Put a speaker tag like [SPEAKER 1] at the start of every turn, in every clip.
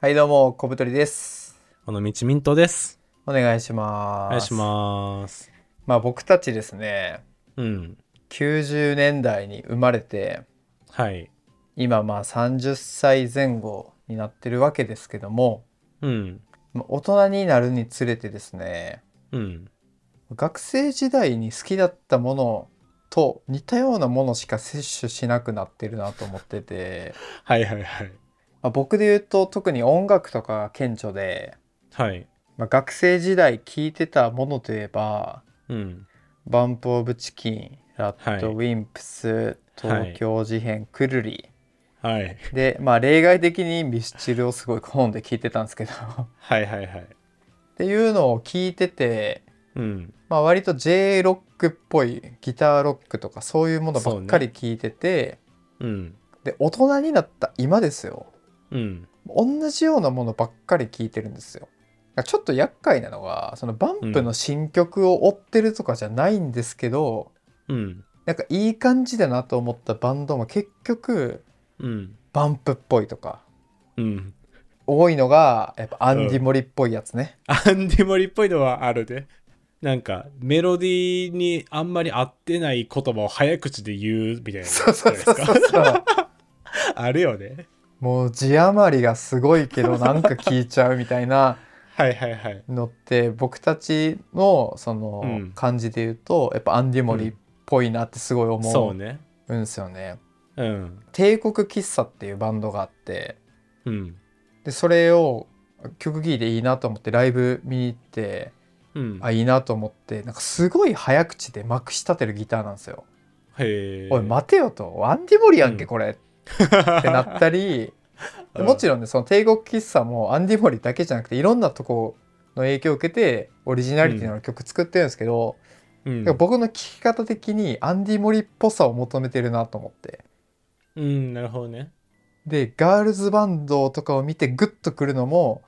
[SPEAKER 1] はい、どうも、小太りです。
[SPEAKER 2] この道ミントです。
[SPEAKER 1] お願いします。
[SPEAKER 2] お願いします。
[SPEAKER 1] まあ、僕たちですね、
[SPEAKER 2] うん。
[SPEAKER 1] 90年代に生まれて、
[SPEAKER 2] はい。
[SPEAKER 1] 今、まあ、30歳前後になってるわけですけども、
[SPEAKER 2] うん。
[SPEAKER 1] まあ大人になるにつれてですね、
[SPEAKER 2] うん。
[SPEAKER 1] 学生時代に好きだったものと似たようなものしか摂取しなくなってるなと思ってて、
[SPEAKER 2] はいはいはい。
[SPEAKER 1] まあ、僕で言うと特に音楽とかが顕著で、
[SPEAKER 2] はい。
[SPEAKER 1] まあ、学生時代聴いてたものといえば、
[SPEAKER 2] うん。
[SPEAKER 1] バンプ・オブ・チキン、ラット・
[SPEAKER 2] はい
[SPEAKER 1] ウィンプス、東京事変、くるり。
[SPEAKER 2] はい。
[SPEAKER 1] で、まあ例外的にミスチルをすごい好んで聞いてたんですけど。 っ
[SPEAKER 2] はいはいはい。
[SPEAKER 1] ていうのを聞いてて、
[SPEAKER 2] うん。
[SPEAKER 1] まあ割と J ロックっぽいギターロックとかそういうものばっかり聞いてて、
[SPEAKER 2] うん。
[SPEAKER 1] で、大人になった今ですよ。
[SPEAKER 2] うん。
[SPEAKER 1] 同じようなものばっかり聞いてるんですよ。だからちょっと厄介なのが、そのバンプの新曲を追ってるとかじゃないんですけど、
[SPEAKER 2] うん。
[SPEAKER 1] なんかいい感じだなと思ったバンドも結局
[SPEAKER 2] うん。
[SPEAKER 1] バンプっぽいとか
[SPEAKER 2] うん。
[SPEAKER 1] 多いのがやっぱアンディ・モリっぽいやつね、
[SPEAKER 2] アンディモリっぽいのはあるで。なんかメロディーにあんまり合ってない言葉を早口で言うみたいな。
[SPEAKER 1] そうそうそうそうそう
[SPEAKER 2] あるよね。
[SPEAKER 1] もう字余りがすごいけどなんか聞いちゃうみたいな
[SPEAKER 2] はいはいはい。
[SPEAKER 1] のって僕たちのその
[SPEAKER 2] うん
[SPEAKER 1] 感じで言うとやっぱアンディ・モリっぽいなってすごい
[SPEAKER 2] そう
[SPEAKER 1] 思
[SPEAKER 2] ね。
[SPEAKER 1] うんですよね。
[SPEAKER 2] うん。
[SPEAKER 1] 帝国喫茶っていうバンドがあって
[SPEAKER 2] うん。
[SPEAKER 1] でそれを曲聴いていいなと思ってライブ見に行って
[SPEAKER 2] うん。
[SPEAKER 1] あいいなと思ってなんかすごい早口でまくし立てるギターなんですよ。
[SPEAKER 2] へえ。
[SPEAKER 1] おい待てよとアンディ・モリやんけ
[SPEAKER 2] うん
[SPEAKER 1] これ、
[SPEAKER 2] っ
[SPEAKER 1] ってなったり
[SPEAKER 2] うん
[SPEAKER 1] もちろんねその帝国喫茶もアンディ・モリだけじゃなくていろんなとこの影響を受けてオリジナリティの曲作ってるんですけど、
[SPEAKER 2] うん
[SPEAKER 1] なんか僕の聴き方的にアンディ・モリっぽさを求めてるなと思って。
[SPEAKER 2] うん。なるほどね。
[SPEAKER 1] でガールズバンドとかを見てグッとくるのも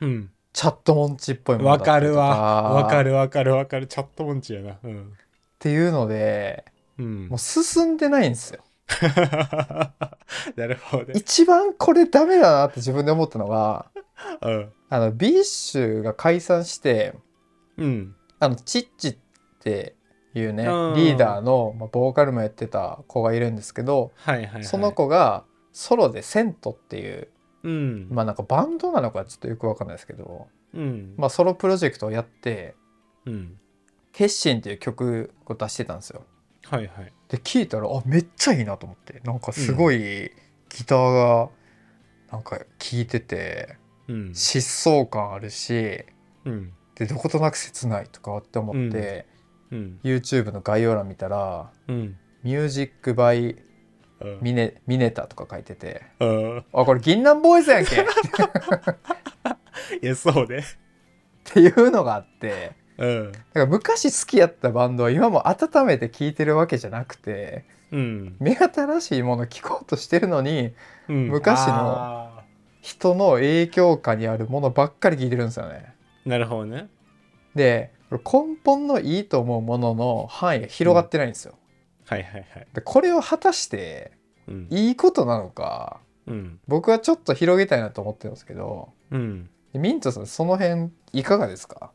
[SPEAKER 2] うん。
[SPEAKER 1] チャットモンチっぽいもの
[SPEAKER 2] わ
[SPEAKER 1] だった
[SPEAKER 2] か
[SPEAKER 1] り
[SPEAKER 2] る
[SPEAKER 1] とか
[SPEAKER 2] わ。わか
[SPEAKER 1] っ
[SPEAKER 2] るわかるわかる。チャットモンチやな。うん。
[SPEAKER 1] ていうので
[SPEAKER 2] うん
[SPEAKER 1] もう進んでないんですよ。
[SPEAKER 2] なるほどね。
[SPEAKER 1] 一番これダメだなって自分で思ったのが
[SPEAKER 2] うん。
[SPEAKER 1] あのビーシュが解散して
[SPEAKER 2] うん。
[SPEAKER 1] あのチッチっていうねリ
[SPEAKER 2] うん
[SPEAKER 1] ーダーの、まあ、ボーカルもやってた子がいるんですけど
[SPEAKER 2] はいはい、はい。
[SPEAKER 1] その。子がソロでセントっていう
[SPEAKER 2] うん。
[SPEAKER 1] まあなんかバンドなのかちょっとよくわかんないですけど、
[SPEAKER 2] うん。
[SPEAKER 1] まあ、ソロプロジェクトをやって
[SPEAKER 2] うん。
[SPEAKER 1] 「決心」っていう曲を出してたんですよ。
[SPEAKER 2] はいはい。
[SPEAKER 1] で聴いたらあめっちゃいいなと思ってなんかすごいギターがなんか聴いてて
[SPEAKER 2] うん。
[SPEAKER 1] 疾走感あるし
[SPEAKER 2] うん。
[SPEAKER 1] でどことなく切ないとかって思って、
[SPEAKER 2] うん。
[SPEAKER 1] YouTube の概要欄見たら
[SPEAKER 2] うん。
[SPEAKER 1] 「ミュージック・バイ・
[SPEAKER 2] うん
[SPEAKER 1] ミネミネタ」とか書いてて
[SPEAKER 2] うん。
[SPEAKER 1] あこれ銀杏ボーイズやん けっ
[SPEAKER 2] いや、そうね。
[SPEAKER 1] ていうのがあって
[SPEAKER 2] うん。
[SPEAKER 1] だから昔好きやったバンドは今も温めて聴いてるわけじゃなくて
[SPEAKER 2] うん。
[SPEAKER 1] 目新しいもの聴こうとしてるのに
[SPEAKER 2] うん、
[SPEAKER 1] 昔の
[SPEAKER 2] あ
[SPEAKER 1] 人の影響下にあるものばっかり聴いてるんですよね。
[SPEAKER 2] ーなるほどね。
[SPEAKER 1] でこれ根本のいいと思うものの範囲が広がってないんですよ。
[SPEAKER 2] はいはいはい。
[SPEAKER 1] でこれを果たして
[SPEAKER 2] うん。
[SPEAKER 1] いいことなのか
[SPEAKER 2] うん。
[SPEAKER 1] 僕はちょっと広げたいなと思ってるんですけど
[SPEAKER 2] うん。
[SPEAKER 1] ミントさんその辺いかがですか、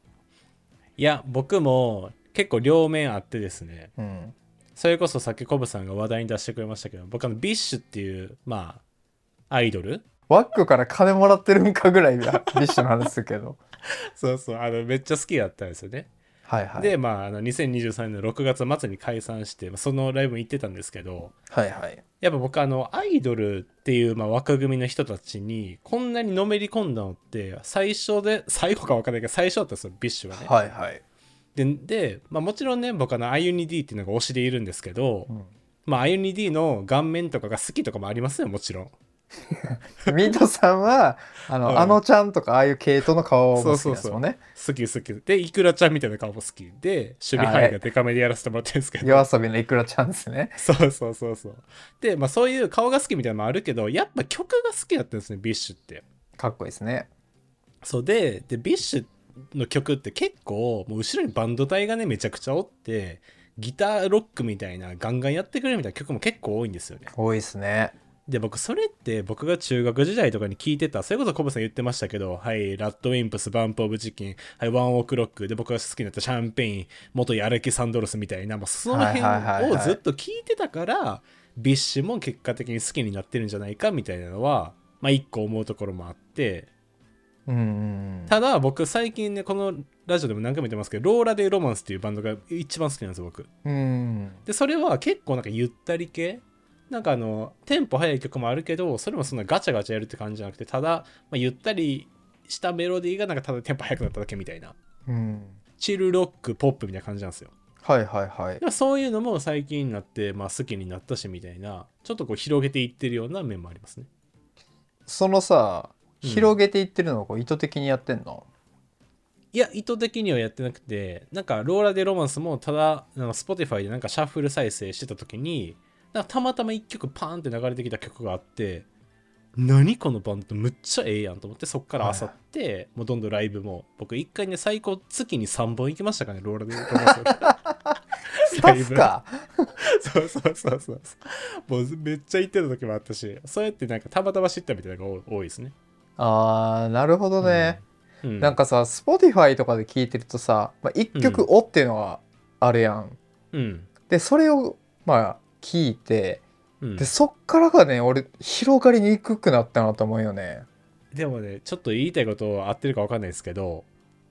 [SPEAKER 2] いや、僕も結構両面あってですね。
[SPEAKER 1] うん、
[SPEAKER 2] それこそさっきコブさんが話題に出してくれましたけど僕あのビッシュっていうまあアイドル
[SPEAKER 1] ワックから金もらってるんかぐらいが ビッシュの話するけど
[SPEAKER 2] そうそうあのめっちゃ好きだったんですよね、
[SPEAKER 1] はいはい
[SPEAKER 2] でまああの2023年の6月末に解散してまあそのライブに行ってたんですけど
[SPEAKER 1] はいはい
[SPEAKER 2] やっぱ僕あのアイドルっていう、まあ、枠組みの人たちにこんなにのめり込んだのって最初で最後か分かんないけど最初だったんですよビッシュはね、
[SPEAKER 1] はいはい、
[SPEAKER 2] でで、まあ、もちろんね僕あの IUNID っていうのが推しでいるんですけど、
[SPEAKER 1] う
[SPEAKER 2] まあ IUNID の顔面とかが好きとかもありますよもちろん
[SPEAKER 1] ん、ミントさんはあの,、
[SPEAKER 2] うん
[SPEAKER 1] あのちゃんとかああいう系統の顔も好きなんですもんね
[SPEAKER 2] 好き好きでイクラちゃんみたいな顔も好きで守備範囲がデカめでやらせてもらってるんですけど、
[SPEAKER 1] 夜遊びのいくらちゃんですね
[SPEAKER 2] そうそうそうそうでまあそういう顔が好きみたいなのもあるけどやっぱ曲が好きだったんですねビッシュって
[SPEAKER 1] かっこいいですね
[SPEAKER 2] そうででビッシュの曲って結構もう後ろにバンド隊がねめちゃくちゃおってギターロックみたいなガンガンやってくれるみたいな曲も結構多いんですよね
[SPEAKER 1] 多いですね
[SPEAKER 2] で僕それって僕が中学時代とかに聞いてたそれこそコブさん言ってましたけど「はいラッドウィンプスバンプ・オブ・チキン」はい「ワン・オーク・ロック」で僕が好きになったシャンペイン元アレキサンドロスみたいな、まあ、その辺
[SPEAKER 1] はいはいはい
[SPEAKER 2] を
[SPEAKER 1] はい
[SPEAKER 2] ずっと聞いてたから、ビッシュも結果的に好きになってるんじゃないかみたいなのは、まあ、一個思うところもあって
[SPEAKER 1] うんうん
[SPEAKER 2] ただ僕最近ねこのラジオでも何回も言ってますけど「ローラ・デイ・ロマンス」っていうバンドが一番好きなんですよ僕。
[SPEAKER 1] うんうん
[SPEAKER 2] でそれは結構なんかゆったり系なんかあのテンポ速い曲もあるけどそれもそんなガチャガチャやるって感じじゃなくてただ、まあ、ゆったりしたメロディーがなんかただテンポ速くなっただけみたいな
[SPEAKER 1] うん
[SPEAKER 2] チルロックポップみたいな感じなんですよ
[SPEAKER 1] はいはいはい
[SPEAKER 2] でもそういうのも最近になって、まあ、好きになったしみたいなちょっとこう広げていってるような面もありますね
[SPEAKER 1] そのさ
[SPEAKER 2] うん
[SPEAKER 1] 広げていってるのをこう意図的にやってんの、
[SPEAKER 2] いや意図的にはやってなくてなんかローラ・デ・ロマンスもただあの Spotify でなんかシャッフル再生してた時になんかたまたま1曲パーンって流れてきた曲があって何このバンドむっちゃええやんと思ってそっからあさって、もうどんどんライブも僕1回ね最高月に3本行きましたからねローラ・デ・ロマンス
[SPEAKER 1] スタッフか
[SPEAKER 2] そうそうそうそうそうもうめっちゃ行ってた時もあったしそうやってなんかたまたま知ったみたいなのが多多いですね
[SPEAKER 1] あーなるほどね、
[SPEAKER 2] うん、うん
[SPEAKER 1] なんかさ Spotify とかで聞いてるとさ、まあ、1曲「お」っていうのがあれやん、
[SPEAKER 2] うん、
[SPEAKER 1] でそれをまあ聞いて
[SPEAKER 2] うん
[SPEAKER 1] でそっからがね俺広がりにくくなったなと思うよね
[SPEAKER 2] でもねちょっと言いたいこと合ってるか分かんないですけど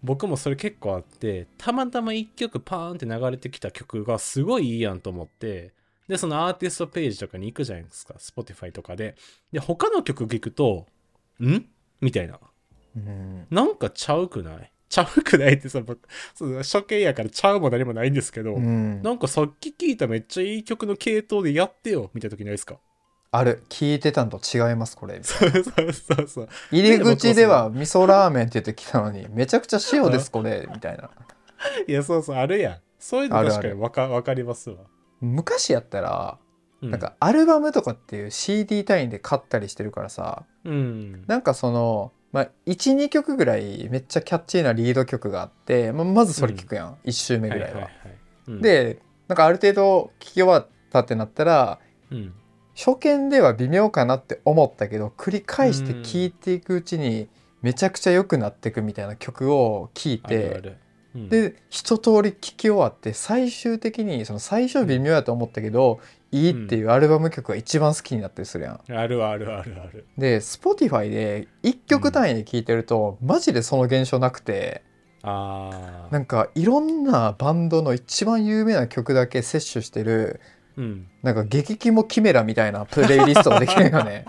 [SPEAKER 2] 僕もそれ結構あってたまたま1曲パーンって流れてきた曲がすごいいいやんと思ってでそのアーティストページとかに行くじゃないですか Spotify とかでで他の曲聞くと「ん?」みたいな
[SPEAKER 1] うん
[SPEAKER 2] なんかちゃうくないちゃうくないってさ僕その初見やからちゃうも何もないんですけど、
[SPEAKER 1] うん
[SPEAKER 2] なんかさっき聞いためっちゃいい曲の系統でやってよみたいな時ないですか
[SPEAKER 1] ある聞いてたのと違いますこ れ
[SPEAKER 2] そうそうそうそう
[SPEAKER 1] 入り口では味噌ラーメンって言ってきたのにめちゃくちゃ塩ですこれみたいない
[SPEAKER 2] やそうそうあるやんそういうの
[SPEAKER 1] ある
[SPEAKER 2] 確かにわかわかりますわ
[SPEAKER 1] 昔やったら
[SPEAKER 2] な
[SPEAKER 1] なんかアルバムとかっていう CD 単位で買ったりしてるからさ
[SPEAKER 2] うん。
[SPEAKER 1] なんかその、まあ、12曲ぐらいめっちゃキャッチーなリード曲があって、まあ、まずそれ聞くやん、1周目ぐらいは。
[SPEAKER 2] うん、
[SPEAKER 1] でなんかある程度聞き終わったってなったら
[SPEAKER 2] うん、
[SPEAKER 1] 初見では微妙かなって思ったけど繰り返して聴いていくうちにめちゃくちゃ良くなっていくみたいな曲を聴い
[SPEAKER 2] ある
[SPEAKER 1] て
[SPEAKER 2] ある、うん、
[SPEAKER 1] で一通り聴き終わって最終的にその最初微妙やと思ったけど、いいっていうアルバム曲が一番好きになったりするやん。
[SPEAKER 2] あるあるあるある。
[SPEAKER 1] で Spotify で1曲単位で聴いてると、マジでその現象なくて
[SPEAKER 2] ああ。
[SPEAKER 1] なんかいろんなバンドの一番有名な曲だけ摂取してる
[SPEAKER 2] うん。
[SPEAKER 1] なんか激キモキメラみたいなプレイリストができるよ ね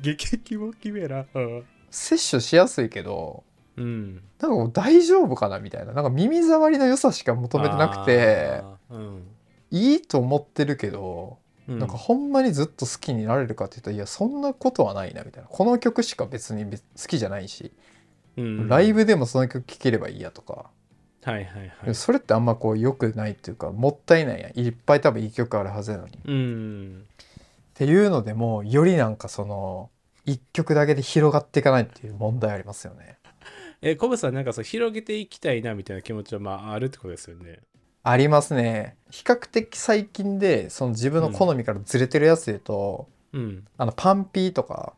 [SPEAKER 2] 激キモキメラ。うん。
[SPEAKER 1] 摂取しやすいけど
[SPEAKER 2] うん、
[SPEAKER 1] なんかもう大丈夫かなみたいななんか耳障りの良さしか求めてなくて
[SPEAKER 2] あー。うん。
[SPEAKER 1] いいと思ってるけど、
[SPEAKER 2] うん、
[SPEAKER 1] なんかほんまにずっと好きになれるかって言ったらいやそんなことはないなみたいなこの曲しか別に別好きじゃないし、
[SPEAKER 2] うん、
[SPEAKER 1] ライブでもその曲聴ければいいやとか、
[SPEAKER 2] はいはいは
[SPEAKER 1] でも
[SPEAKER 2] い。
[SPEAKER 1] それってあんまこう良くないっていうかもったいないやんいっぱい多分いい曲あるはずなのに。
[SPEAKER 2] うん。
[SPEAKER 1] っていうのでもうよりなんかその一曲だけで広がっていかないっていう問題ありますよね。
[SPEAKER 2] え、コブさん、なんかそう、広げていきたいなみたいな気持ちは、まあ、あるってことですよね。
[SPEAKER 1] ありますね。比較的最近でその自分の好みからずれてるやつで言うと、
[SPEAKER 2] うん。
[SPEAKER 1] あのパンピーとか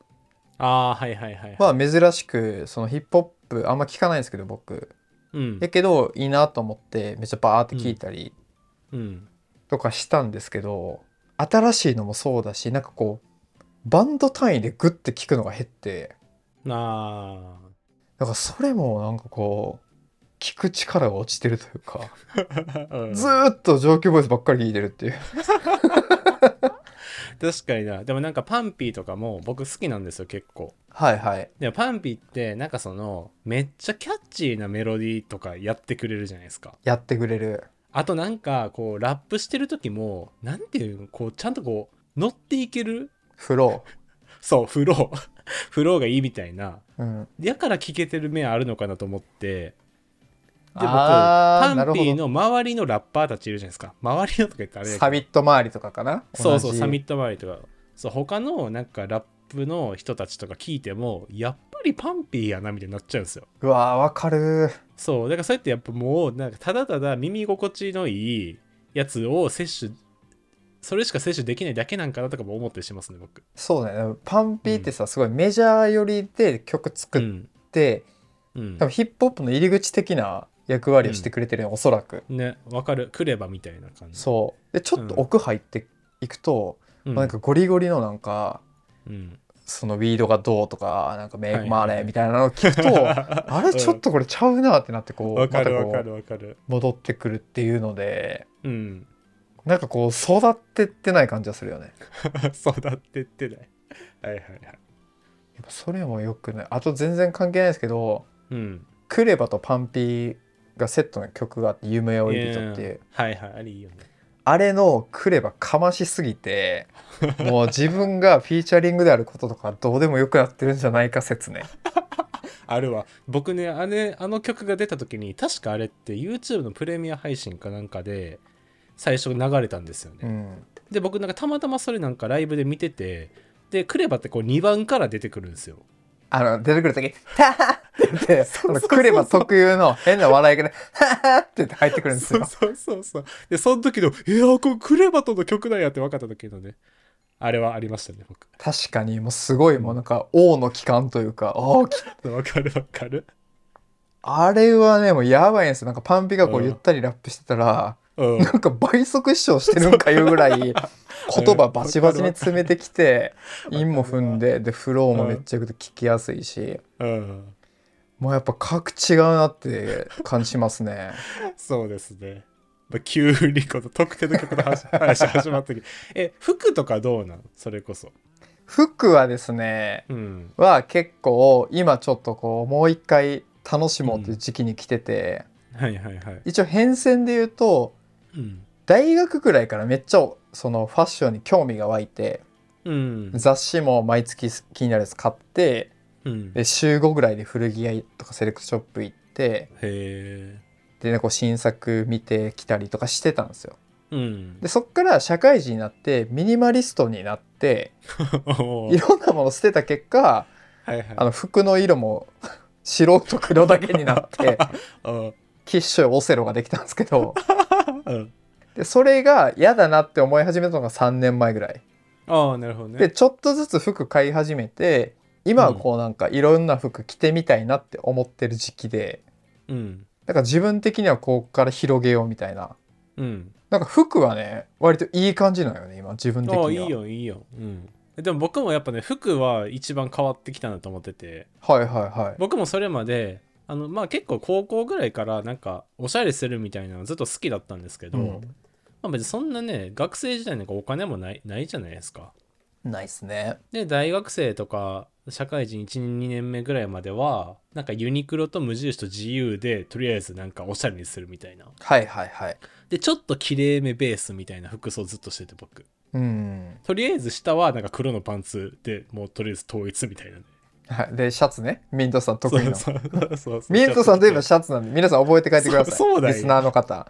[SPEAKER 2] ああ、はいはいはい、は
[SPEAKER 1] は
[SPEAKER 2] い。
[SPEAKER 1] 珍しくそのヒップホップあんま聞かないんですけど僕。
[SPEAKER 2] うん
[SPEAKER 1] や。けどいいなと思ってめっちゃバーって聞いたり
[SPEAKER 2] うん。
[SPEAKER 1] とかしたんですけど、新しいのもそうだしなんかこうバンド単位でグッて聞くのが減って
[SPEAKER 2] ああ。
[SPEAKER 1] だからそれもなんかこう聞く力が落ちてるというか。
[SPEAKER 2] うん
[SPEAKER 1] ずーっと上級ボイスばっかり聞いてるっていう。
[SPEAKER 2] 確かにな。でもなんか、パンピーとかも僕好きなんですよ、結構。
[SPEAKER 1] はいはい。
[SPEAKER 2] でもパンピってなんかそのめっちゃキャッチーなメロディーとかやってくれるじゃないですか
[SPEAKER 1] やってくれる。
[SPEAKER 2] あとなんかこうラップしてる時もなんていうのこうちゃんとこう乗っていける
[SPEAKER 1] フロ
[SPEAKER 2] そうフロー フローがいいみたいな
[SPEAKER 1] ー。うん。
[SPEAKER 2] やから聞けてる面あるのかなと思ってで僕
[SPEAKER 1] あー
[SPEAKER 2] パ
[SPEAKER 1] なる
[SPEAKER 2] ン
[SPEAKER 1] ほ
[SPEAKER 2] ピ
[SPEAKER 1] ど
[SPEAKER 2] ーの周りのラッパーたちいるじゃないですか周りのとか言ったらあれやけど
[SPEAKER 1] サミット周りとかかな
[SPEAKER 2] そうそうサミ
[SPEAKER 1] ッ
[SPEAKER 2] ット周りとかそう他のなんかラップの人たちとか聞いてもやっぱりパンピーやなみたいになっちゃうんですよ
[SPEAKER 1] ト。うわー、わかる
[SPEAKER 2] そうだからそうやってやっぱもうなんかただただ耳心地のいいやつを摂取それしか摂取できないだけなんかなとかも思ったりしますね僕
[SPEAKER 1] そうだよねパンピーってさ、すごいメジャー寄りで曲作
[SPEAKER 2] う
[SPEAKER 1] っ
[SPEAKER 2] ん
[SPEAKER 1] て、
[SPEAKER 2] うん
[SPEAKER 1] 多分ヒップホップの入り口的な役割をしてくれてるよ、おそらく
[SPEAKER 2] ねわかる来ればみたいな感じ
[SPEAKER 1] そうでちょっと奥入っていくと、
[SPEAKER 2] うん、
[SPEAKER 1] まあなんかゴリゴリのなんか
[SPEAKER 2] うん
[SPEAKER 1] そのウィードがどうとかなんかメイ
[SPEAKER 2] は
[SPEAKER 1] ク
[SPEAKER 2] い
[SPEAKER 1] マネーみたいなのを聞くと、 あれちょっとこれちゃうなってなってこう、
[SPEAKER 2] わかる
[SPEAKER 1] またこ
[SPEAKER 2] わ
[SPEAKER 1] う
[SPEAKER 2] かるわかる
[SPEAKER 1] 戻ってくるっていうので
[SPEAKER 2] うん
[SPEAKER 1] なんかこう育ってってない感じがするよね
[SPEAKER 2] 育ってってないはいはいはい
[SPEAKER 1] やっぱそれもよくないあと全然関係ないですけど
[SPEAKER 2] うん
[SPEAKER 1] クレバとパンピーがセットの曲があって「夢追い人」っていう、
[SPEAKER 2] はいはいあれいいよね
[SPEAKER 1] あれのクレバかましすぎてもう自分がフィーチャリングであることとかどうでもよくなってるんじゃないか説ね
[SPEAKER 2] あるわ僕ねあれあの曲が出た時に確かあれって YouTube のプレミア配信かなんかで最初流れたんですよね、
[SPEAKER 1] うん
[SPEAKER 2] で僕なんかたまたまそれなんかライブで見ててでクレバってこう2番から出てくるんですよ
[SPEAKER 1] あの出てくる時「タハッ!」って 言って
[SPEAKER 2] そうそうそう
[SPEAKER 1] あのクレバ特有の変な笑いがね「ハハッ!」って言って入ってくるんです
[SPEAKER 2] そう
[SPEAKER 1] よ
[SPEAKER 2] そうそうそうでその時の「いやこれクレバとの曲なんや」って分かった時のねあれはありましたね僕
[SPEAKER 1] 確かにもうすごいもうなんか王の帰還というかああき
[SPEAKER 2] 分かる分かる
[SPEAKER 1] あれはねもうやばいんですよなんかパンピがこ
[SPEAKER 2] う
[SPEAKER 1] うんゆったりラップしてたら、
[SPEAKER 2] うん
[SPEAKER 1] なんか倍速視聴してるんかいうぐら い言葉バチバチに詰めてきて
[SPEAKER 2] うん
[SPEAKER 1] 韻も踏んででフローもめっちゃよくて聞きやすいし、
[SPEAKER 2] うん
[SPEAKER 1] もうやっぱ格違うなって感じしますね
[SPEAKER 2] そうですねまあ急にこの特定の曲の話 話始まった時え服とかどうなんそれこそ
[SPEAKER 1] 服はですね
[SPEAKER 2] うん
[SPEAKER 1] は結構今ちょっとこうもう一回楽しもうという時期に来てて、
[SPEAKER 2] はいはいはい
[SPEAKER 1] 一応変遷で言うと
[SPEAKER 2] うん
[SPEAKER 1] 大学ぐらいからめっちゃそのファッションに興味が湧いて
[SPEAKER 2] うん
[SPEAKER 1] 雑誌も毎月気になるやつ買って
[SPEAKER 2] うんへ
[SPEAKER 1] で週5ぐらいで古着屋とかセレクトショップ行って
[SPEAKER 2] え
[SPEAKER 1] で、ね、こう新作見てきたりとかしてたんですよ
[SPEAKER 2] うん
[SPEAKER 1] でそっから社会人になってミニマリストになって
[SPEAKER 2] おー
[SPEAKER 1] いろんなもの捨てた結果
[SPEAKER 2] はいはい
[SPEAKER 1] あの服の色も 白と黒だけにな って
[SPEAKER 2] うん
[SPEAKER 1] きっしょいオセロができたんですけど
[SPEAKER 2] うん
[SPEAKER 1] でそれが嫌だなって思い始めたのが3年前ぐらい
[SPEAKER 2] ああなるほどね
[SPEAKER 1] でちょっとずつ服買い始めて今はこうなんかいろんな服着てみたいなって思ってる時期で
[SPEAKER 2] うん
[SPEAKER 1] だから自分的にはここから広げようみたいな
[SPEAKER 2] うん
[SPEAKER 1] なんか服はね割といい感じなのよね今自分的に
[SPEAKER 2] あ
[SPEAKER 1] は
[SPEAKER 2] あいいよいいようんでも僕もやっぱね服は一番変わってきたなと思ってて
[SPEAKER 1] はいはいはい
[SPEAKER 2] 僕もそれまであのまあ結構高校ぐらいからなんかおしゃれするみたいなのずっと好きだったんですけど、
[SPEAKER 1] うん
[SPEAKER 2] まあ別にそんなね学生時代なんかお金もないないじゃないですか
[SPEAKER 1] ないっすね
[SPEAKER 2] で大学生とか社会人12年目ぐらいまではなんかユニクロと無印と自由でとりあえずなんかおしゃれにするみたいな
[SPEAKER 1] はいはいはい
[SPEAKER 2] でちょっときれいめベースみたいな服装ずっとしてて僕
[SPEAKER 1] うん
[SPEAKER 2] とりあえず下はなんか黒のパンツでもうとりあえず統一みたいなね
[SPEAKER 1] はいでシャツねミントさん得意の
[SPEAKER 2] そうそうそうそう
[SPEAKER 1] ミントさんといえばシャツなんで皆さん覚えて帰ってください
[SPEAKER 2] そうそうだよ
[SPEAKER 1] リスナーの方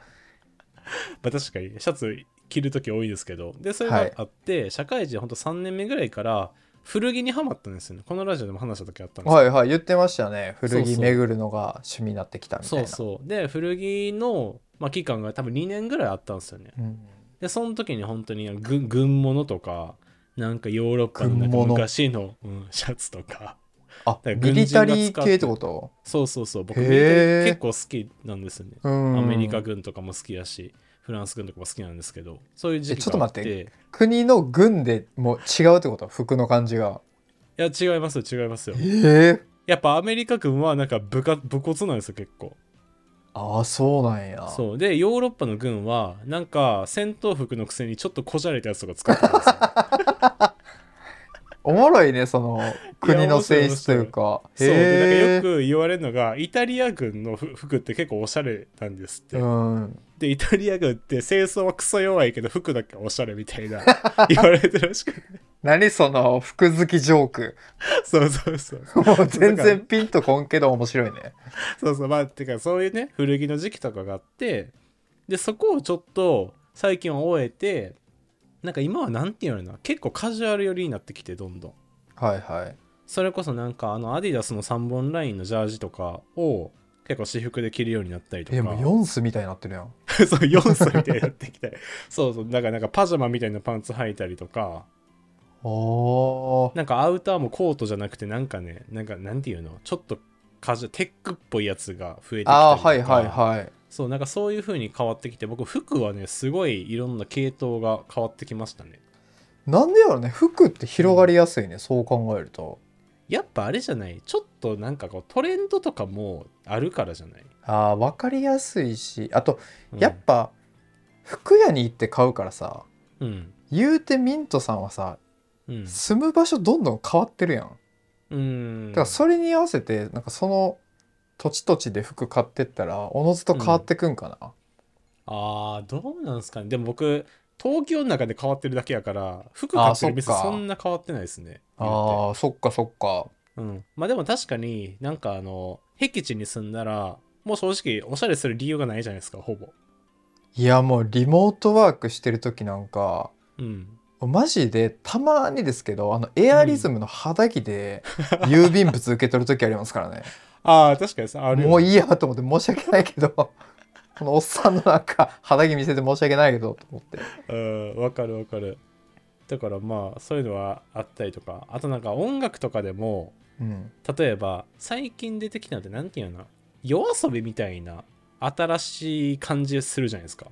[SPEAKER 2] まあ、確かにシャツ着る時多いですけどでそれ
[SPEAKER 1] は
[SPEAKER 2] が
[SPEAKER 1] い
[SPEAKER 2] あって、社会人ほんと3年目ぐらいから古着にはまったんですよねこのラジオでも話した時あったんです
[SPEAKER 1] はいはい言ってましたね古
[SPEAKER 2] そう
[SPEAKER 1] 着
[SPEAKER 2] そう
[SPEAKER 1] 巡るのが趣味になってきたみたい
[SPEAKER 2] そう
[SPEAKER 1] な
[SPEAKER 2] そうで古着の、まあ、期間が多分2年ぐらいあったんですよね
[SPEAKER 1] うん
[SPEAKER 2] でその時に本当に軍軍物とかなんかヨーロッパのなんか
[SPEAKER 1] 軍物
[SPEAKER 2] 昔の、うん、シャツとか
[SPEAKER 1] あ
[SPEAKER 2] ら
[SPEAKER 1] ミ
[SPEAKER 2] 軍
[SPEAKER 1] リ
[SPEAKER 2] 人が使
[SPEAKER 1] タ
[SPEAKER 2] って
[SPEAKER 1] リー系ってこと
[SPEAKER 2] そうそうそう僕
[SPEAKER 1] へ
[SPEAKER 2] ミ
[SPEAKER 1] ー
[SPEAKER 2] リタリー結構好きなんですよね
[SPEAKER 1] うん
[SPEAKER 2] アメリカ軍とかも好きやしフランス軍とかも好きなんですけどそういう時期
[SPEAKER 1] えちょっと
[SPEAKER 2] があって
[SPEAKER 1] 待って国の軍でも違うってこと服の感じが
[SPEAKER 2] いや違いますよ違いますよ
[SPEAKER 1] ええ
[SPEAKER 2] やっぱアメリカ軍はなんか部活武骨なんですよ結構
[SPEAKER 1] ああそうなんや
[SPEAKER 2] そうでヨーロッパの軍はなんか戦闘服のくせにちょっとこじゃれたやつとか使ってたん ですよ
[SPEAKER 1] おもろいねその国の性質というか
[SPEAKER 2] そうでなんか
[SPEAKER 1] へ
[SPEAKER 2] よ
[SPEAKER 1] え
[SPEAKER 2] く言われるのがイタリア軍のふ服って結構おしゃれなんですって、
[SPEAKER 1] うん
[SPEAKER 2] でイタリア軍って清掃はクソ弱いけど服だけおしゃれみたいな 言われてるらしくて
[SPEAKER 1] 何その服好きジョー ク
[SPEAKER 2] そうそうそう
[SPEAKER 1] もう全然ピンとこんけど面白いね
[SPEAKER 2] そうそうまあてかそういうね古着の時期とかがあってでそこをちょっと最近は終えてなんか今はなんていうのかな結構カジュアル寄りになってきてどんどん
[SPEAKER 1] はいはい
[SPEAKER 2] それこそなんかあのアディダスの3本ラインのジャージとかを結構私服で着るようになったりとか
[SPEAKER 1] えもうヨンスみたいになってるやん
[SPEAKER 2] そう4歳みたいになってきたり そうそうだからなんかパジャマみたいなパンツ履いたりとか
[SPEAKER 1] おー
[SPEAKER 2] なんかアウターもコートじゃなくてなんかねなんかなんていうのちょっとカジュテックっぽいやつが増えてきたりとか
[SPEAKER 1] ああはいはいはい
[SPEAKER 2] そうなんかそういう風に変わってきて僕服はねすごいいろんな系統が変わってきましたね
[SPEAKER 1] なんでやろね服って広がりやすいね、そう考えると
[SPEAKER 2] やっぱあれじゃないちょっとなんかこうトレンドとかもあるからじゃない、
[SPEAKER 1] ああ分かりやすいしあと
[SPEAKER 2] うん
[SPEAKER 1] やっぱ、服屋に行って買うからさ
[SPEAKER 2] うん
[SPEAKER 1] 言うてミントさんはさ
[SPEAKER 2] うん
[SPEAKER 1] 住む場所どんどん変わってるやん
[SPEAKER 2] うん
[SPEAKER 1] だからそれに合わせてなんかその土地土地で服買ってったらおのずと変わってくんかな、
[SPEAKER 2] ああどうなんすかねでも僕東京の中で変わってるだけやから服買ってる店
[SPEAKER 1] あーそっか
[SPEAKER 2] そんな変わってないですね言うて
[SPEAKER 1] ああそっかそっか
[SPEAKER 2] うんまあでも確かになんかあの僻地に住んだらもう正直おしゃれする理由がないじゃないですかほぼ
[SPEAKER 1] いやもうリモートワークしてる時なんか
[SPEAKER 2] うん
[SPEAKER 1] マジでたまにですけどあのエアリズムの肌着で郵便物受け取る時ありますからね
[SPEAKER 2] ああ確かに さあるよね
[SPEAKER 1] もういいやと思って申し訳ないけどこのおっさんのなんか肌着見せて申し訳ないけどと思って
[SPEAKER 2] うんわかるわかるだからまあそういうのはあったりとかあとなんか音楽とかでも
[SPEAKER 1] うん
[SPEAKER 2] 例えば最近出てきたのって何て言うのかな夜遊びみたいな新しい感じするじゃないですか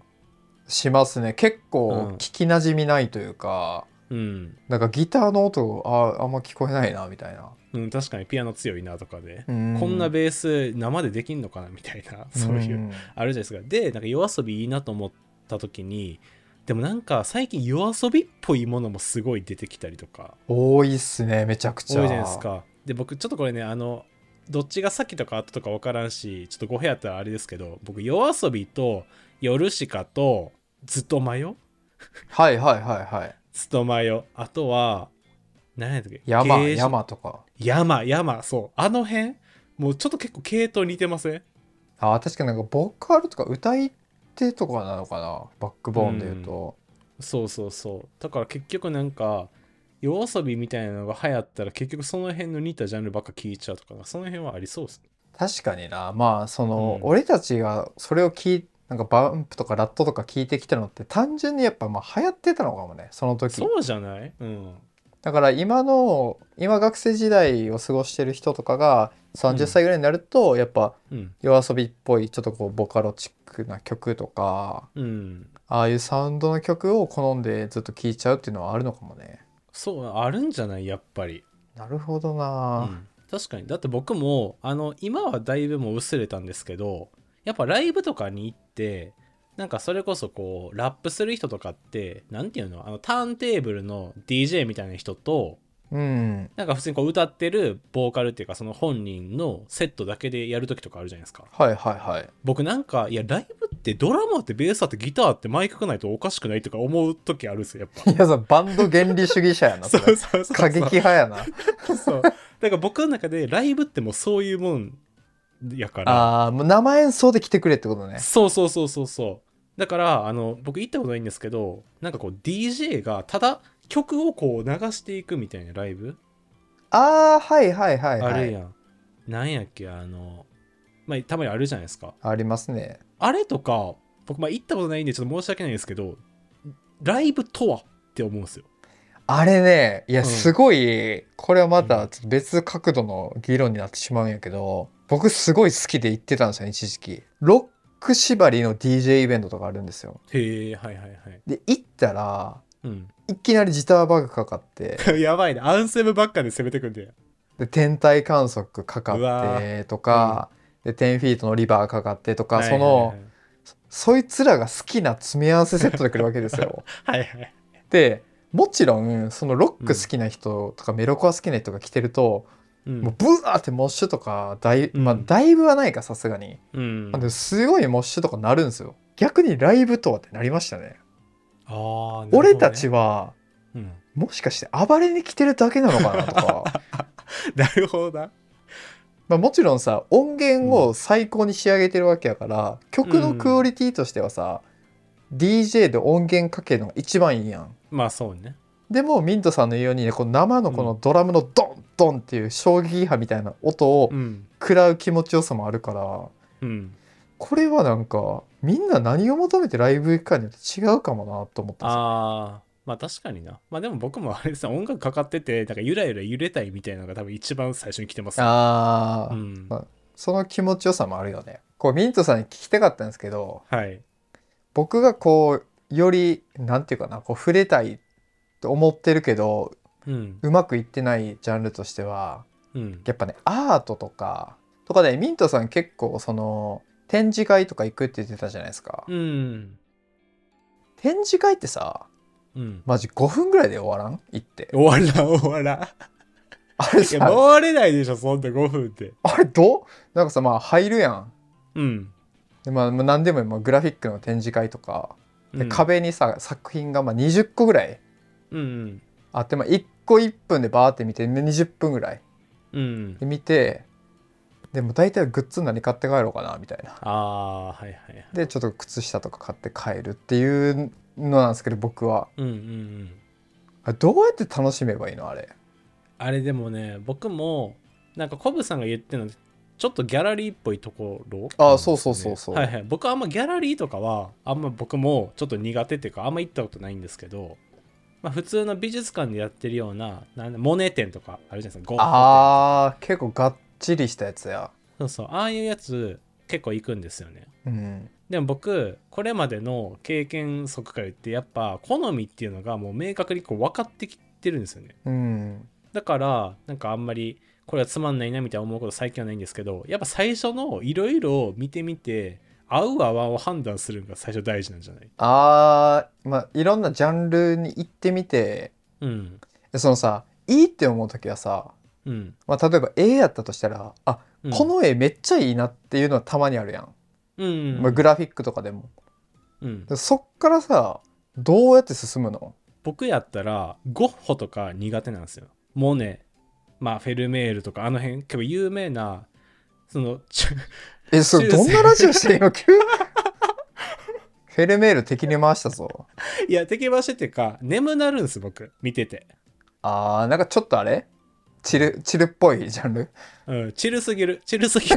[SPEAKER 1] しますね結
[SPEAKER 2] うん
[SPEAKER 1] 構聞きなじみないというか、
[SPEAKER 2] うん、
[SPEAKER 1] なんかギターの音ああんま聞こえないなみたいな
[SPEAKER 2] うん、確かにピアノ強いなとかで、
[SPEAKER 1] うん
[SPEAKER 2] こんなベース生でできんのかなみたいなそういう、あるじゃないですかでなんか夜遊びいいなと思った時にでもなんか最近夜遊びっぽいものもすごい出てきたりとか
[SPEAKER 1] 多いっすねめちゃく
[SPEAKER 2] 多い
[SPEAKER 1] ち
[SPEAKER 2] じ
[SPEAKER 1] ゃ
[SPEAKER 2] ゃないですかで僕ちょっとこれねあのどっちが先とか後とか分からんしちょっと語弊あったらあれですけど僕夜遊びと夜しかとずっと迷う
[SPEAKER 1] はいはいはいはい
[SPEAKER 2] ずっと迷うあとは何やったっけ
[SPEAKER 1] 山
[SPEAKER 2] 芸術
[SPEAKER 1] 山とか
[SPEAKER 2] 山山そうあの辺もうちょっと結構系統似てません
[SPEAKER 1] あー確かになんかボカルとか歌い手とかなのかなバックボーンで言うと、
[SPEAKER 2] そうそうそうだから結局なんか夜遊びみたいなのが流行ったら結局その辺の似たジャンルばっか聞いちゃうとかその辺はありそうですね
[SPEAKER 1] 確かになまあその、
[SPEAKER 2] うん
[SPEAKER 1] 俺たちがそれを聞いなんかバンプとかラットとか聞いてきたのって単純にやっぱまあ流行ってたのかもねその時
[SPEAKER 2] そうじゃないうん
[SPEAKER 1] だから今の今学生時代を過ごしてる人とかが30歳ぐらいになるとやっぱ
[SPEAKER 2] うん
[SPEAKER 1] 夜遊びっぽいちょっとこうボカロチックな曲とか
[SPEAKER 2] うん
[SPEAKER 1] ああいうサウンドの曲を好んでずっと聴いちゃうっていうのはあるのかもね
[SPEAKER 2] そうあるんじゃないやっぱり、
[SPEAKER 1] なるほど
[SPEAKER 2] う
[SPEAKER 1] な、
[SPEAKER 2] ん、確かにだって僕もあの今はだいぶもう薄れたんですけどやっぱライブとかに行ってなんかそれこそこうラップする人とかってなんていうのあのターンテーブルの DJ みたいな人と
[SPEAKER 1] うん、
[SPEAKER 2] なんか普通にこう歌ってるボーカルっていうかその本人のセットだけでやる時とかあるじゃないですか
[SPEAKER 1] はいはいはい
[SPEAKER 2] 僕なんかいやライブってドラマってベースあってギターってマイクがないとおかしくないとか思う時あるんですよやっ
[SPEAKER 1] いやさバンド原理主義者やな
[SPEAKER 2] ぱ
[SPEAKER 1] そ
[SPEAKER 2] そ
[SPEAKER 1] れ
[SPEAKER 2] うそうそうそう
[SPEAKER 1] 過激派やな
[SPEAKER 2] そうだから僕の中でライブってもうそういうもんやから
[SPEAKER 1] あーもう生演奏で来てくれってことね
[SPEAKER 2] そうそうそうそうそうだからあの僕行ったことないんですけどなんかこう DJ がただ曲をこう流していくみたいなライブ
[SPEAKER 1] ああはいはいはい
[SPEAKER 2] あ
[SPEAKER 1] は
[SPEAKER 2] る
[SPEAKER 1] い
[SPEAKER 2] やんなんやっけあのまあたまにあるじゃないですか
[SPEAKER 1] ありますね
[SPEAKER 2] あれとか、僕、まあ、行ったことないんで、ちょっと申し訳ないんですけど、ライブとはって思うんですよ。
[SPEAKER 1] あれねいや
[SPEAKER 2] うん
[SPEAKER 1] すごい、これはまたちょっと別角度の議論になってしまうんやけど僕すごい好きで行ってたんですよ一時期ロック縛りの DJ イベントとかあるんですよ
[SPEAKER 2] へえ、はいはいはい。
[SPEAKER 1] で行ったら
[SPEAKER 2] うん。
[SPEAKER 1] いきなりジターバグかかって
[SPEAKER 2] やばいね。アンセムばっかで攻めてくんで。
[SPEAKER 1] で天体観測か
[SPEAKER 2] う
[SPEAKER 1] か
[SPEAKER 2] わ
[SPEAKER 1] ってとか、で10フィートのリバーかかってとか、
[SPEAKER 2] はい
[SPEAKER 1] その
[SPEAKER 2] はい
[SPEAKER 1] そそいつらが好きな詰め合わせセットで来るわけです よ。
[SPEAKER 2] はい。はいはい。
[SPEAKER 1] でもちろんそのロック好きな人とか、メロコア好きな人が来てると、
[SPEAKER 2] うん
[SPEAKER 1] もうブワーってモッシュとかだい,、まあ、
[SPEAKER 2] うん
[SPEAKER 1] だいぶはないかさすがに、
[SPEAKER 2] うん
[SPEAKER 1] なん、ですごいモッシュとかなるんですよ。逆にライブとはってなりましたね。
[SPEAKER 2] あーなるほどね
[SPEAKER 1] 俺たちは
[SPEAKER 2] うん
[SPEAKER 1] もしかして暴れに来てるだけなのかなとか。
[SPEAKER 2] なるほどな。
[SPEAKER 1] まあ、もちろんさ音源を最高に仕上げてるわけやから、曲のクオリティとしてはさ、DJ で音源かけるのが一番いいやん
[SPEAKER 2] まあそうね。
[SPEAKER 1] でもミントさんの言うようにねこの生のこのドラムのドンドンっていう衝撃波みたいな音を
[SPEAKER 2] うん。
[SPEAKER 1] 食らう気持ちよさもあるから、
[SPEAKER 2] うん。
[SPEAKER 1] これはなんかみんな何を求めてライブ行くかによって違うかもなと思ったんですよ
[SPEAKER 2] ああ、まあ確かにな。まあでも僕もあれさ、音楽かかってて、なんかゆらゆら揺れたいみたいなのが多分一番最初に来てます。
[SPEAKER 1] あー、
[SPEAKER 2] うん。
[SPEAKER 1] まあその気持ちよさもあるよねこうミントさんに聞きたかったんですけど
[SPEAKER 2] はい。
[SPEAKER 1] 僕がこうよりなんていうかなこう触れたいと思ってるけど
[SPEAKER 2] うん。
[SPEAKER 1] うまくいってないジャンルとしては
[SPEAKER 2] うん。
[SPEAKER 1] やっぱねアートとかとかでミントさん結構その展示会とか行くって言ってたじゃないですか、
[SPEAKER 2] うん。
[SPEAKER 1] 展示会ってさ
[SPEAKER 2] うん。
[SPEAKER 1] マジ5分ぐらいで終わらん行って
[SPEAKER 2] 終わらん終わらん。
[SPEAKER 1] あれ
[SPEAKER 2] いや、
[SPEAKER 1] さ
[SPEAKER 2] 回れないでしょ、そんな5分って。
[SPEAKER 1] あれどうなんかさまあ入るやん
[SPEAKER 2] うん。
[SPEAKER 1] で、まあ、まあ何でもいいまあグラフィックの展示会とかで
[SPEAKER 2] うん。
[SPEAKER 1] 壁にさ作品がまあ20個ぐらい
[SPEAKER 2] うん。
[SPEAKER 1] あって、まあ、1個1分でバーって見てで20分ぐらい
[SPEAKER 2] うん。うん
[SPEAKER 1] で。見てでも大体グッズ何買って帰ろうかなみたいな
[SPEAKER 2] ああ、はいはいはい。
[SPEAKER 1] でちょっと靴下とか買って帰るっていうのなんですけど僕は
[SPEAKER 2] うんうんうん。
[SPEAKER 1] あどうやって楽しめばいいのあれ
[SPEAKER 2] あれでもね、僕も、なんかコブさんが言ってるの、ちょっとギャラリーっぽいところ
[SPEAKER 1] あー
[SPEAKER 2] なんですよね
[SPEAKER 1] そうそうそうそう
[SPEAKER 2] はいはい。僕あんまギャラリーとかは、あんま僕もちょっと苦手っていうか、あんま行ったことないんですけど、まあ普通の美術館でやってるような、なんだモネ展とかあるじゃないですか、ゴッホ展とか
[SPEAKER 1] あー結構がっちりしたやつや
[SPEAKER 2] そうそう、ああいうやつ結構行くんですよね。
[SPEAKER 1] うん
[SPEAKER 2] でも僕これまでの経験則から言ってやっぱ好みっていうのがもう明確にこう分かってきてるんですよね
[SPEAKER 1] うん
[SPEAKER 2] だからなんかあんまりこれはつまんないなみたいな思うこと最近はないんですけどやっぱ最初のいろいろ見てみて合う合わんを判断するのが最初大事なんじゃない
[SPEAKER 1] あーまあいろんなジャンルに行ってみて
[SPEAKER 2] うん
[SPEAKER 1] そのさいいって思う時はさ、
[SPEAKER 2] うん、
[SPEAKER 1] まあ、例えば絵やったとしたらあ
[SPEAKER 2] うん、
[SPEAKER 1] この絵めっちゃいいなっていうのはたまにあるやん、
[SPEAKER 2] うんうん
[SPEAKER 1] まあ、グラフィックとかでも
[SPEAKER 2] うん
[SPEAKER 1] で、そっからさどうやって進むの
[SPEAKER 2] 僕やったらゴッホとか苦手なんですよモネまあフェルメールとかあの辺結構有名なそのちょ
[SPEAKER 1] えそれ
[SPEAKER 2] 中世
[SPEAKER 1] どんなラジオしてんの急にフェルメール敵に回したぞ
[SPEAKER 2] いや、敵回してっていうか、眠なるんです、僕、見てて。
[SPEAKER 1] あーなんかちょっとあれチルチルっぽいジャンル
[SPEAKER 2] うん、チルすぎる、チルすぎ て。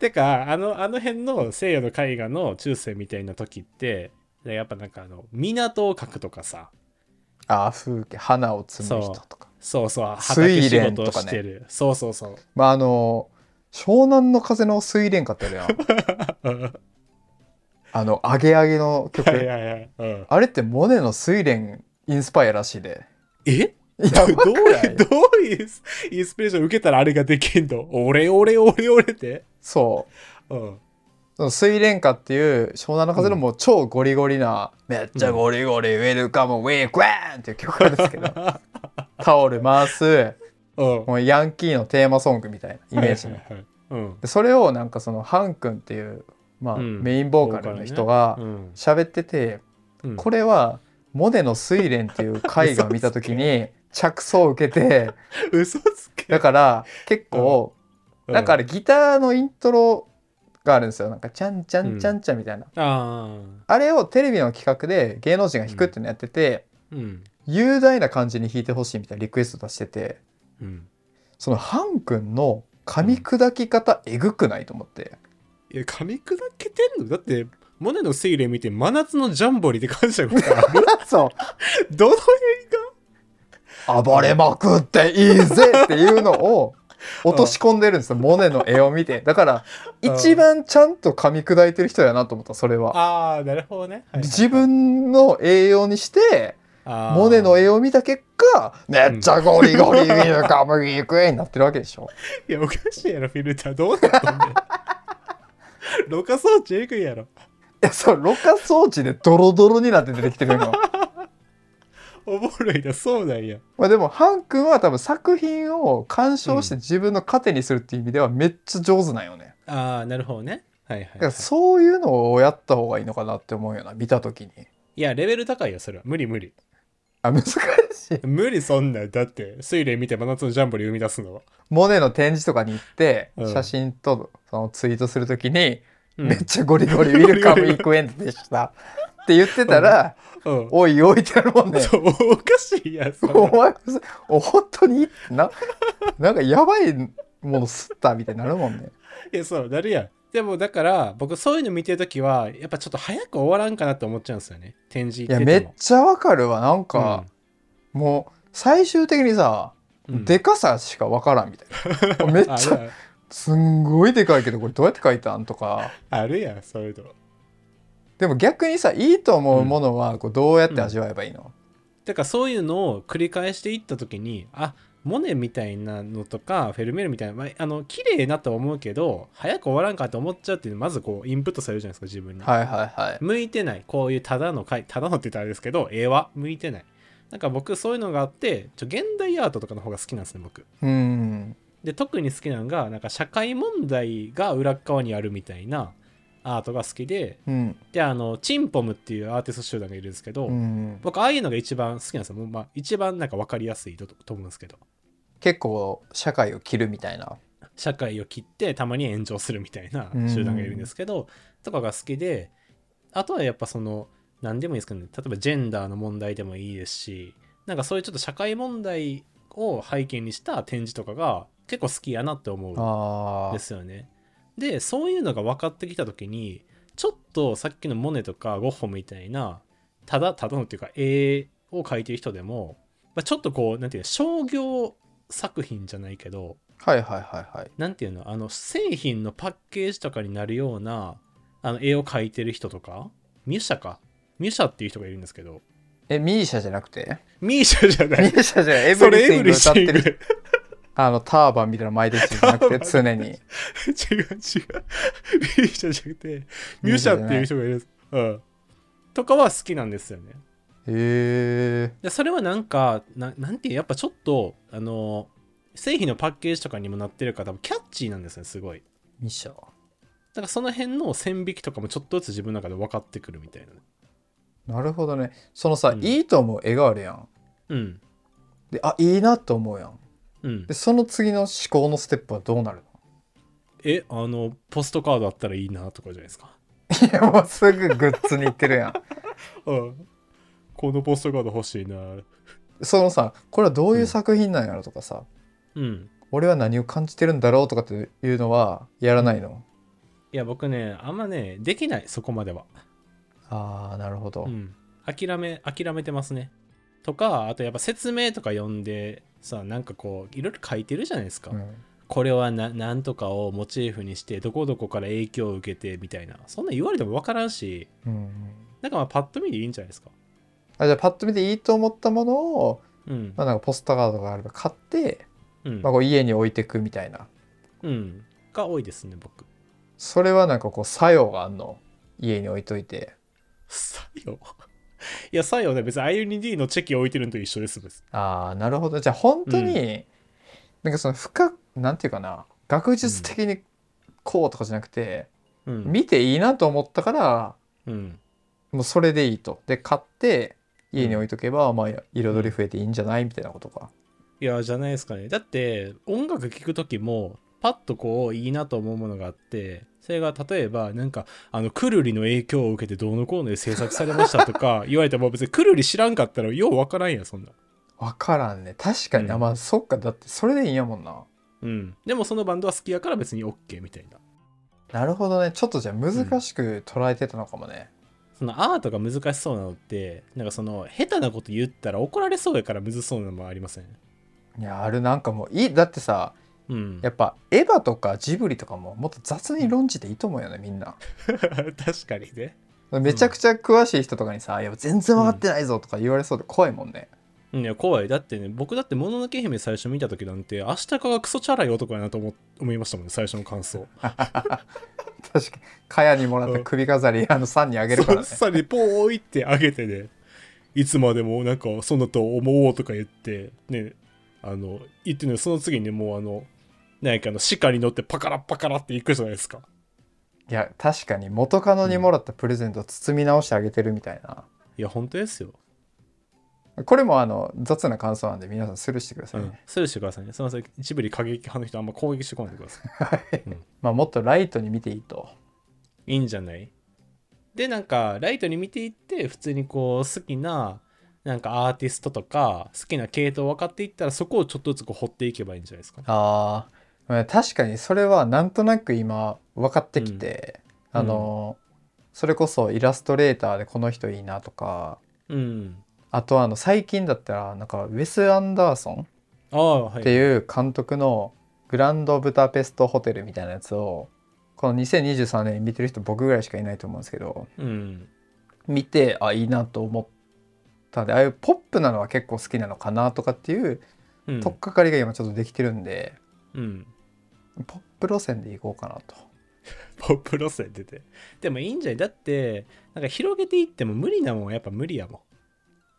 [SPEAKER 2] てか、あの、あの辺の西洋の絵画の中世みたいな時って、でやっぱなんかあの、港を描くとかさ、
[SPEAKER 1] あー風景花を摘む人とか
[SPEAKER 2] そうそう、
[SPEAKER 1] 睡
[SPEAKER 2] 畑仕
[SPEAKER 1] 蓮
[SPEAKER 2] 事
[SPEAKER 1] と
[SPEAKER 2] を
[SPEAKER 1] かね
[SPEAKER 2] してる。そうそうそう。
[SPEAKER 1] まああの湘南の風の水蓮花ってある やん
[SPEAKER 2] は
[SPEAKER 1] あのアゲアゲの曲
[SPEAKER 2] いはいはい。うん、
[SPEAKER 1] あれってモネの睡蓮インスパイアらしいで
[SPEAKER 2] え
[SPEAKER 1] い
[SPEAKER 2] ど
[SPEAKER 1] や
[SPEAKER 2] う
[SPEAKER 1] ばくな
[SPEAKER 2] いう、
[SPEAKER 1] い
[SPEAKER 2] どういうインスピレーション受けたらあれができんの俺、俺、俺、俺って。
[SPEAKER 1] そう
[SPEAKER 2] うん。
[SPEAKER 1] その水蓮花っていう湘南の風の
[SPEAKER 2] うん
[SPEAKER 1] もう超ゴリゴリな、めっちゃゴリゴリウェルカムウェイクワーンっていう曲なんです けどタオル回す
[SPEAKER 2] うん。
[SPEAKER 1] もうヤンキーのテーマソングみたいなイメージの、
[SPEAKER 2] はいはいはいうん。
[SPEAKER 1] でそれをなんかそのハン君っていう、まあ
[SPEAKER 2] うん
[SPEAKER 1] メインボーカルの人が
[SPEAKER 2] うん。
[SPEAKER 1] 喋ってて、
[SPEAKER 2] うん
[SPEAKER 1] これはモネの「睡蓮」っていう絵画を見た時 に着想を受けて
[SPEAKER 2] 嘘つけ
[SPEAKER 1] だから結構、なんかあれギターのイントロがあるんですよなんか「ちゃんちゃんちゃんちゃん」みたいな。
[SPEAKER 2] ああ
[SPEAKER 1] あれをテレビの企画で芸能人が弾くっていうのやってて、
[SPEAKER 2] うん
[SPEAKER 1] 雄大な感じに弾いてほしいみたいなリクエスト出してて
[SPEAKER 2] うん
[SPEAKER 1] そのハン君の噛み砕き方えぐくないと思って、
[SPEAKER 2] いや噛み砕けてんのだってモネの「セイレ見て真夏のジャンボリで感謝がある
[SPEAKER 1] そう
[SPEAKER 2] どの
[SPEAKER 1] 暴れまくっていいぜっていうの を落とし込んでるんですよ、モネの絵を見てだから
[SPEAKER 2] うん
[SPEAKER 1] 一番ちゃんと噛み砕いてる人やなと思ったそれは
[SPEAKER 2] ああなるほどね、はいはいはい
[SPEAKER 1] 自分の栄養にして
[SPEAKER 2] あー
[SPEAKER 1] モネの絵を見た結果めっちゃゴリゴリウィルカムウィークエイになってるわけでしょ
[SPEAKER 2] いやおかしいやろフィルターどうなったんだよろ過装置えぐいやろ
[SPEAKER 1] いやそうろ過装置でドロドロになって出てきてる の
[SPEAKER 2] おもろいなそうなんや
[SPEAKER 1] まあでもハン君は多分作品を鑑賞して自分の糧にするっていう意味ではめっちゃ上手なんよね、
[SPEAKER 2] ああなるほどねはいは
[SPEAKER 1] だ
[SPEAKER 2] い、
[SPEAKER 1] からそういうのをやった方がいいのかなって思うよな見た時に
[SPEAKER 2] いやレベル高いよそれは無理無理
[SPEAKER 1] あ難しい
[SPEAKER 2] 無理そんなんだって「セイレ見て真夏のジャンボリ生み出すのは、
[SPEAKER 1] モネの展示とかに行って
[SPEAKER 2] うん
[SPEAKER 1] 写真とそのツイートする時に、
[SPEAKER 2] うん
[SPEAKER 1] めっちゃゴリゴリウィルカム・イークエンドでしたって言ってたら
[SPEAKER 2] うん
[SPEAKER 1] 「おいおい」ってなるもんね
[SPEAKER 2] そうおかしいやんそれ
[SPEAKER 1] お前お本当にななんかやばいものすったみたいになるもんね。
[SPEAKER 2] いやそうなるやんでもだから僕そういうの見てるときはやっぱちょっと早く終わらんかなって思っちゃうんですよね展示
[SPEAKER 1] い
[SPEAKER 2] 行
[SPEAKER 1] や
[SPEAKER 2] ってて
[SPEAKER 1] め
[SPEAKER 2] も
[SPEAKER 1] っちゃわかるわなんか、もう最終的にさ、
[SPEAKER 2] うんうん
[SPEAKER 1] でかさしかわからんみたい なめっ
[SPEAKER 2] あ
[SPEAKER 1] ちゃすんごいでかいけどこれどうやって書いたんとか
[SPEAKER 2] あるやんそういうの
[SPEAKER 1] でも逆にさいいと思うものはこうどうやって味わえばいいの、
[SPEAKER 2] だからそういうのを繰り返していった時にあモネみたいなのとかフェルメールみたいな、まあ、あの綺麗なとは思うけど早く終わらんかと思っちゃうっていうのまずこうインプットされるじゃないですか自分に、
[SPEAKER 1] はいはいはい
[SPEAKER 2] 向いてないこういうただの回ただのって言ったらあれですけど絵は向いてないなんか僕そういうのがあってちょ現代アートとかの方が好きなんですね僕
[SPEAKER 1] うん
[SPEAKER 2] で特に好きなのがなんか社会問題が裏っ側にあるみたいなアートが好きで
[SPEAKER 1] うん
[SPEAKER 2] であのチンポムっていうアーティスト集団がいるんですけど、
[SPEAKER 1] うん
[SPEAKER 2] 僕ああいうのが一番好きなんですよ、もうまあ、一番なんか分かりやすいとと思うんですけど
[SPEAKER 1] 結構社会を切るみたいな
[SPEAKER 2] 社会を切ってたまに炎上するみたいな
[SPEAKER 1] うん
[SPEAKER 2] 集団がいるんですけど、とかが好きであとはやっぱその何でもいいですけどね例えばジェンダーの問題でもいいですしなんかそういうちょっと社会問題を背景にした展示とかが結構好きやなって思う
[SPEAKER 1] あ
[SPEAKER 2] ですよね。でそういうのが分かってきた時にちょっとさっきのモネとかゴッホみたいなただただのっていうか絵を描いてる人でも、まあ、ちょっとこうなんていうの商業作品じゃないけど
[SPEAKER 1] あはいはいはいはい
[SPEAKER 2] なんていうのあの製品のパッケージとかになるようなあの絵を描いてる人とかミュシャかミュシャっていう人がいるんですけど
[SPEAKER 1] えミーシャじゃなくて
[SPEAKER 2] ミーシャじゃな
[SPEAKER 1] ミ
[SPEAKER 2] い
[SPEAKER 1] ーシャじゃないエ ブ
[SPEAKER 2] そ
[SPEAKER 1] リ
[SPEAKER 2] れ
[SPEAKER 1] スイ
[SPEAKER 2] エブ
[SPEAKER 1] ング
[SPEAKER 2] リ
[SPEAKER 1] 歌
[SPEAKER 2] シ
[SPEAKER 1] って
[SPEAKER 2] ング違
[SPEAKER 1] るあのターバンみたいなの巻いてる人じゃなくて
[SPEAKER 2] ター
[SPEAKER 1] 常
[SPEAKER 2] バ ン
[SPEAKER 1] に
[SPEAKER 2] う違うミーシャじゃなくてミュシャっていう人がいるんです、うん、とかは好きなんですよね
[SPEAKER 1] へえ
[SPEAKER 2] でそれはなんかななんていうやっぱちょっとあの製品のパッケージとかにもなってるから多分キャッチーなんですねすごい
[SPEAKER 1] ミーシャ
[SPEAKER 2] だからその辺の線引きとかもちょっとずつ自分の中で分かってくるみたいな
[SPEAKER 1] なるほどねそのさ、
[SPEAKER 2] うん
[SPEAKER 1] いいと思う絵があるやん
[SPEAKER 2] うん
[SPEAKER 1] であいいなと思うやん
[SPEAKER 2] うん
[SPEAKER 1] でその次の思考のステップはどうなる
[SPEAKER 2] えあのポストカードあったらいいなとかじゃないですか
[SPEAKER 1] のいやもうすぐグッズに行って るやん
[SPEAKER 2] うんこのポストカード欲しいな
[SPEAKER 1] そのさこれはどういう作品なんやろとかさ、
[SPEAKER 2] うん
[SPEAKER 1] 俺は何を感じてるんだろうとかっていうのはやらないの、
[SPEAKER 2] いや僕ねあんまねできないそこまでは
[SPEAKER 1] あーなるほど、
[SPEAKER 2] うん、諦め諦めてますねとかあとやっぱ説明とか読んでさなんかこういろいろ書いてるじゃないですか、
[SPEAKER 1] うん
[SPEAKER 2] これはななんとかをモチーフにしてどこどこから影響を受けてみたいなそんなん言われても分からんし
[SPEAKER 1] うん
[SPEAKER 2] なんかまあパッと見でいいんじゃないですか
[SPEAKER 1] あじゃあパッと見ていいと思ったものを、
[SPEAKER 2] うん
[SPEAKER 1] まあ、なんかポスターカードがあれば買って、
[SPEAKER 2] うん
[SPEAKER 1] まあ、こう家に置いてくみたいな
[SPEAKER 2] うんが多いですね僕
[SPEAKER 1] それはなんかこう作用があんの家に置いといて
[SPEAKER 2] 作用 いや作用ね別に IND のチェキ置いてるのと一緒です別に
[SPEAKER 1] ああなるほどじゃあ本当に、なんかその深くなんていうかな学術的にこうとかじゃなくて、
[SPEAKER 2] うん
[SPEAKER 1] 見ていいなと思ったから
[SPEAKER 2] うん
[SPEAKER 1] もうそれでいいとで買って家に置いとけば、まあ彩り増えていいんじゃないみたいなことか
[SPEAKER 2] いやじゃないですかねだって音楽聴く時もパッとこういいなと思うものがあってそれが例えばなんかあのくるりの影響を受けてどうのこうので制作されましたと か言われても別にくるり知らんかったらようわからんやんそんな
[SPEAKER 1] 分からんね確かに、
[SPEAKER 2] うん
[SPEAKER 1] あまあそっかだってそれでいいんやもんな
[SPEAKER 2] うんでもそのバンドは好きやから別に OK みたいな
[SPEAKER 1] なるほどねちょっとじゃあ難しく捉えてたのかもね、
[SPEAKER 2] そのアートが難しそうなのってなんかその下手なこと言ったら怒られそうやからむずそうなのもありません
[SPEAKER 1] いやあれなんかもういいだってさ
[SPEAKER 2] うん
[SPEAKER 1] やっぱエヴァとかジブリとかももっと雑に論じていいと思うよねみんな
[SPEAKER 2] 確かにね
[SPEAKER 1] めちゃくちゃ詳しい人とかにさ「いや全然分かってないぞ」とか言われそうで怖いもんね、
[SPEAKER 2] うんいや怖いだってね僕だって「もののけ姫」最初見た時なんて明日かがクソチャラい男やなと思思いましたもんね最初の感想
[SPEAKER 1] 確かに蚊帳にもらった首飾り、あの3にあげるからね
[SPEAKER 2] そっさにポーイってあげてねいつまでもなんかそんなと思おうとか言ってねあの言ってねその次にもうあのなんかあの鹿に乗ってパカラパカラって行くじゃないですか
[SPEAKER 1] いや確かに元カノにもらったプレゼントを包み直してあげてるみたいな、
[SPEAKER 2] いや本当ですよ、
[SPEAKER 1] これもあの雑な感想なんで皆さんスルーしてくださ
[SPEAKER 2] う
[SPEAKER 1] いね、
[SPEAKER 2] ん、スルーしてくださいねすいませんジブリ過激派の人あんま攻撃してこないでください
[SPEAKER 1] まあ、もっとライトに見ていいと
[SPEAKER 2] いいんじゃないでなんかライトに見ていって普通にこう好きななんかアーティストとか好きな系統分かっていったらそこをちょっとずつこう掘っていけばいいんじゃないですかね
[SPEAKER 1] あーまあ確かにそれはなんとなく今分かってきて、
[SPEAKER 2] うん
[SPEAKER 1] あの、それこそイラストレーターでこの人いいなとか
[SPEAKER 2] うん。
[SPEAKER 1] あとはあの最近だったらなんかウェス・アンダーソン
[SPEAKER 2] ああ、は
[SPEAKER 1] っ
[SPEAKER 2] い。
[SPEAKER 1] ていう監督の「グランドブダペストホテル」みたいなやつをこの2023年に見てる人僕ぐらいしかいないと思うんですけど
[SPEAKER 2] うん。
[SPEAKER 1] 見てあいいなと思ったんでああいうポップなのは結構好きなのかなとかっていう
[SPEAKER 2] うん。
[SPEAKER 1] 取っかかりが今ちょっとできてるんで、
[SPEAKER 2] うん。
[SPEAKER 1] ポップ路線でいこうかなと。
[SPEAKER 2] ポップ路線出て。でもいいんじゃないだって、なんか広げていっても無理なもん、やっぱ無理やも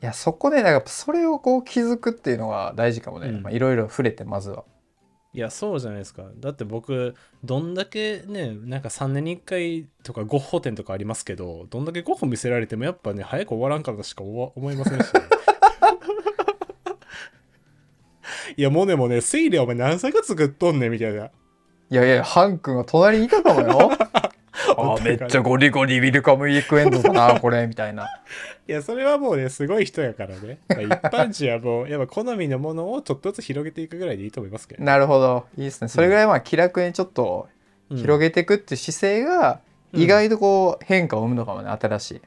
[SPEAKER 1] いやそこでなんかそれをこう気づくっていうのが大事かもね
[SPEAKER 2] うん
[SPEAKER 1] まあいろいろ触れてまずは。
[SPEAKER 2] ん。いや、そうじゃないですか。だって僕、どんだけね、なんか3年に1回とかゴッホ展とかありますけど、どんだけゴッホ見せられても、やっぱね、早く終わらんかとしか思わ思いませんし、ね。いや、モネもね、推理お前何歳か作っとんねんみたいな。
[SPEAKER 1] いやいやハン君が隣にいたかもよ。 あ
[SPEAKER 2] お
[SPEAKER 1] め
[SPEAKER 2] 互い
[SPEAKER 1] っちゃゴリゴリウィルカム・ウィークエンドだな これみたいな。
[SPEAKER 2] いや、それはもうね、すごい人やからね。まあ一般人はもう、やっぱ好みのものをちょっとずつ広げていくぐらいでいいと思いますけどね。
[SPEAKER 1] なるほどいいですね。それぐらいまあ気楽にちょっと広
[SPEAKER 2] げ、
[SPEAKER 1] げていくっていう姿勢が
[SPEAKER 2] うん
[SPEAKER 1] 意外とこう変化を生むのかもね新しい。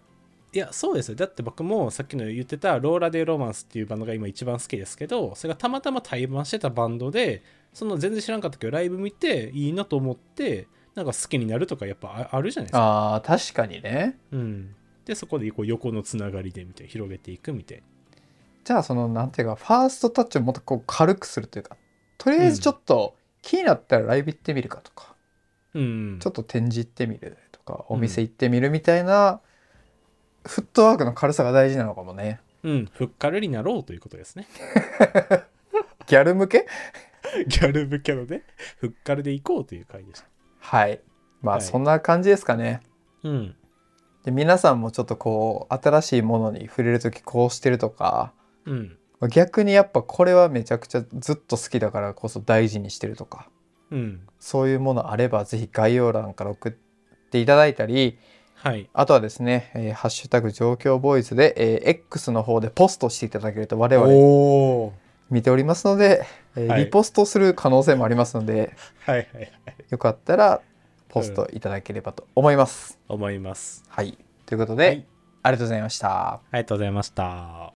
[SPEAKER 2] いや、そうですよ。だって僕もさっきの言ってた、ローラ・デ・ロマンスっていうバンドが今一番好きですけど、それがたまたま対バンしてたバンドで、その全然知らんかったけど、ライブ見ていいなと思って、なんか好きになるとかやっぱああるじゃないですか。
[SPEAKER 1] あー確かにね。
[SPEAKER 2] うん。で、そこでこう横のつながりでみたいな、広げていくみたいな。
[SPEAKER 1] じゃあそのなんていうかファーストタッチをもっとこう軽くするというかとりあえずちょっと気になったらライブ行ってみるかとか。
[SPEAKER 2] うん。
[SPEAKER 1] ちょっと展示行ってみるとか
[SPEAKER 2] うん
[SPEAKER 1] お店行ってみるみたいな、フットワークの軽さが大事なのかもね
[SPEAKER 2] うん、ふっかるになろうということですね。
[SPEAKER 1] ギャル向け
[SPEAKER 2] ギャル向けのね、ふっかるでいこうという回でした。
[SPEAKER 1] はいまあ、
[SPEAKER 2] はい
[SPEAKER 1] そんな感じですかね
[SPEAKER 2] うん。
[SPEAKER 1] で皆さんもちょっとこう新しいものに触れる時こうしてるとか
[SPEAKER 2] うん。
[SPEAKER 1] 逆にやっぱこれはめちゃくちゃずっと好きだからこそ大事にしてるとか
[SPEAKER 2] うん。
[SPEAKER 1] そういうものあればぜひ概要欄から送っていただいたり
[SPEAKER 2] はい。
[SPEAKER 1] あとはですね「えーハッシュタグ状況ボーイズで」えー X の方でポストしていただけると我々
[SPEAKER 2] おお。
[SPEAKER 1] 見ておりますので、えー
[SPEAKER 2] はい
[SPEAKER 1] リポストする可能性もありますので
[SPEAKER 2] はいはい。
[SPEAKER 1] よかったらポストいただければと思います。
[SPEAKER 2] 思います。
[SPEAKER 1] はいということで、
[SPEAKER 2] はい
[SPEAKER 1] ありがとうございました。
[SPEAKER 2] ありがとうございました。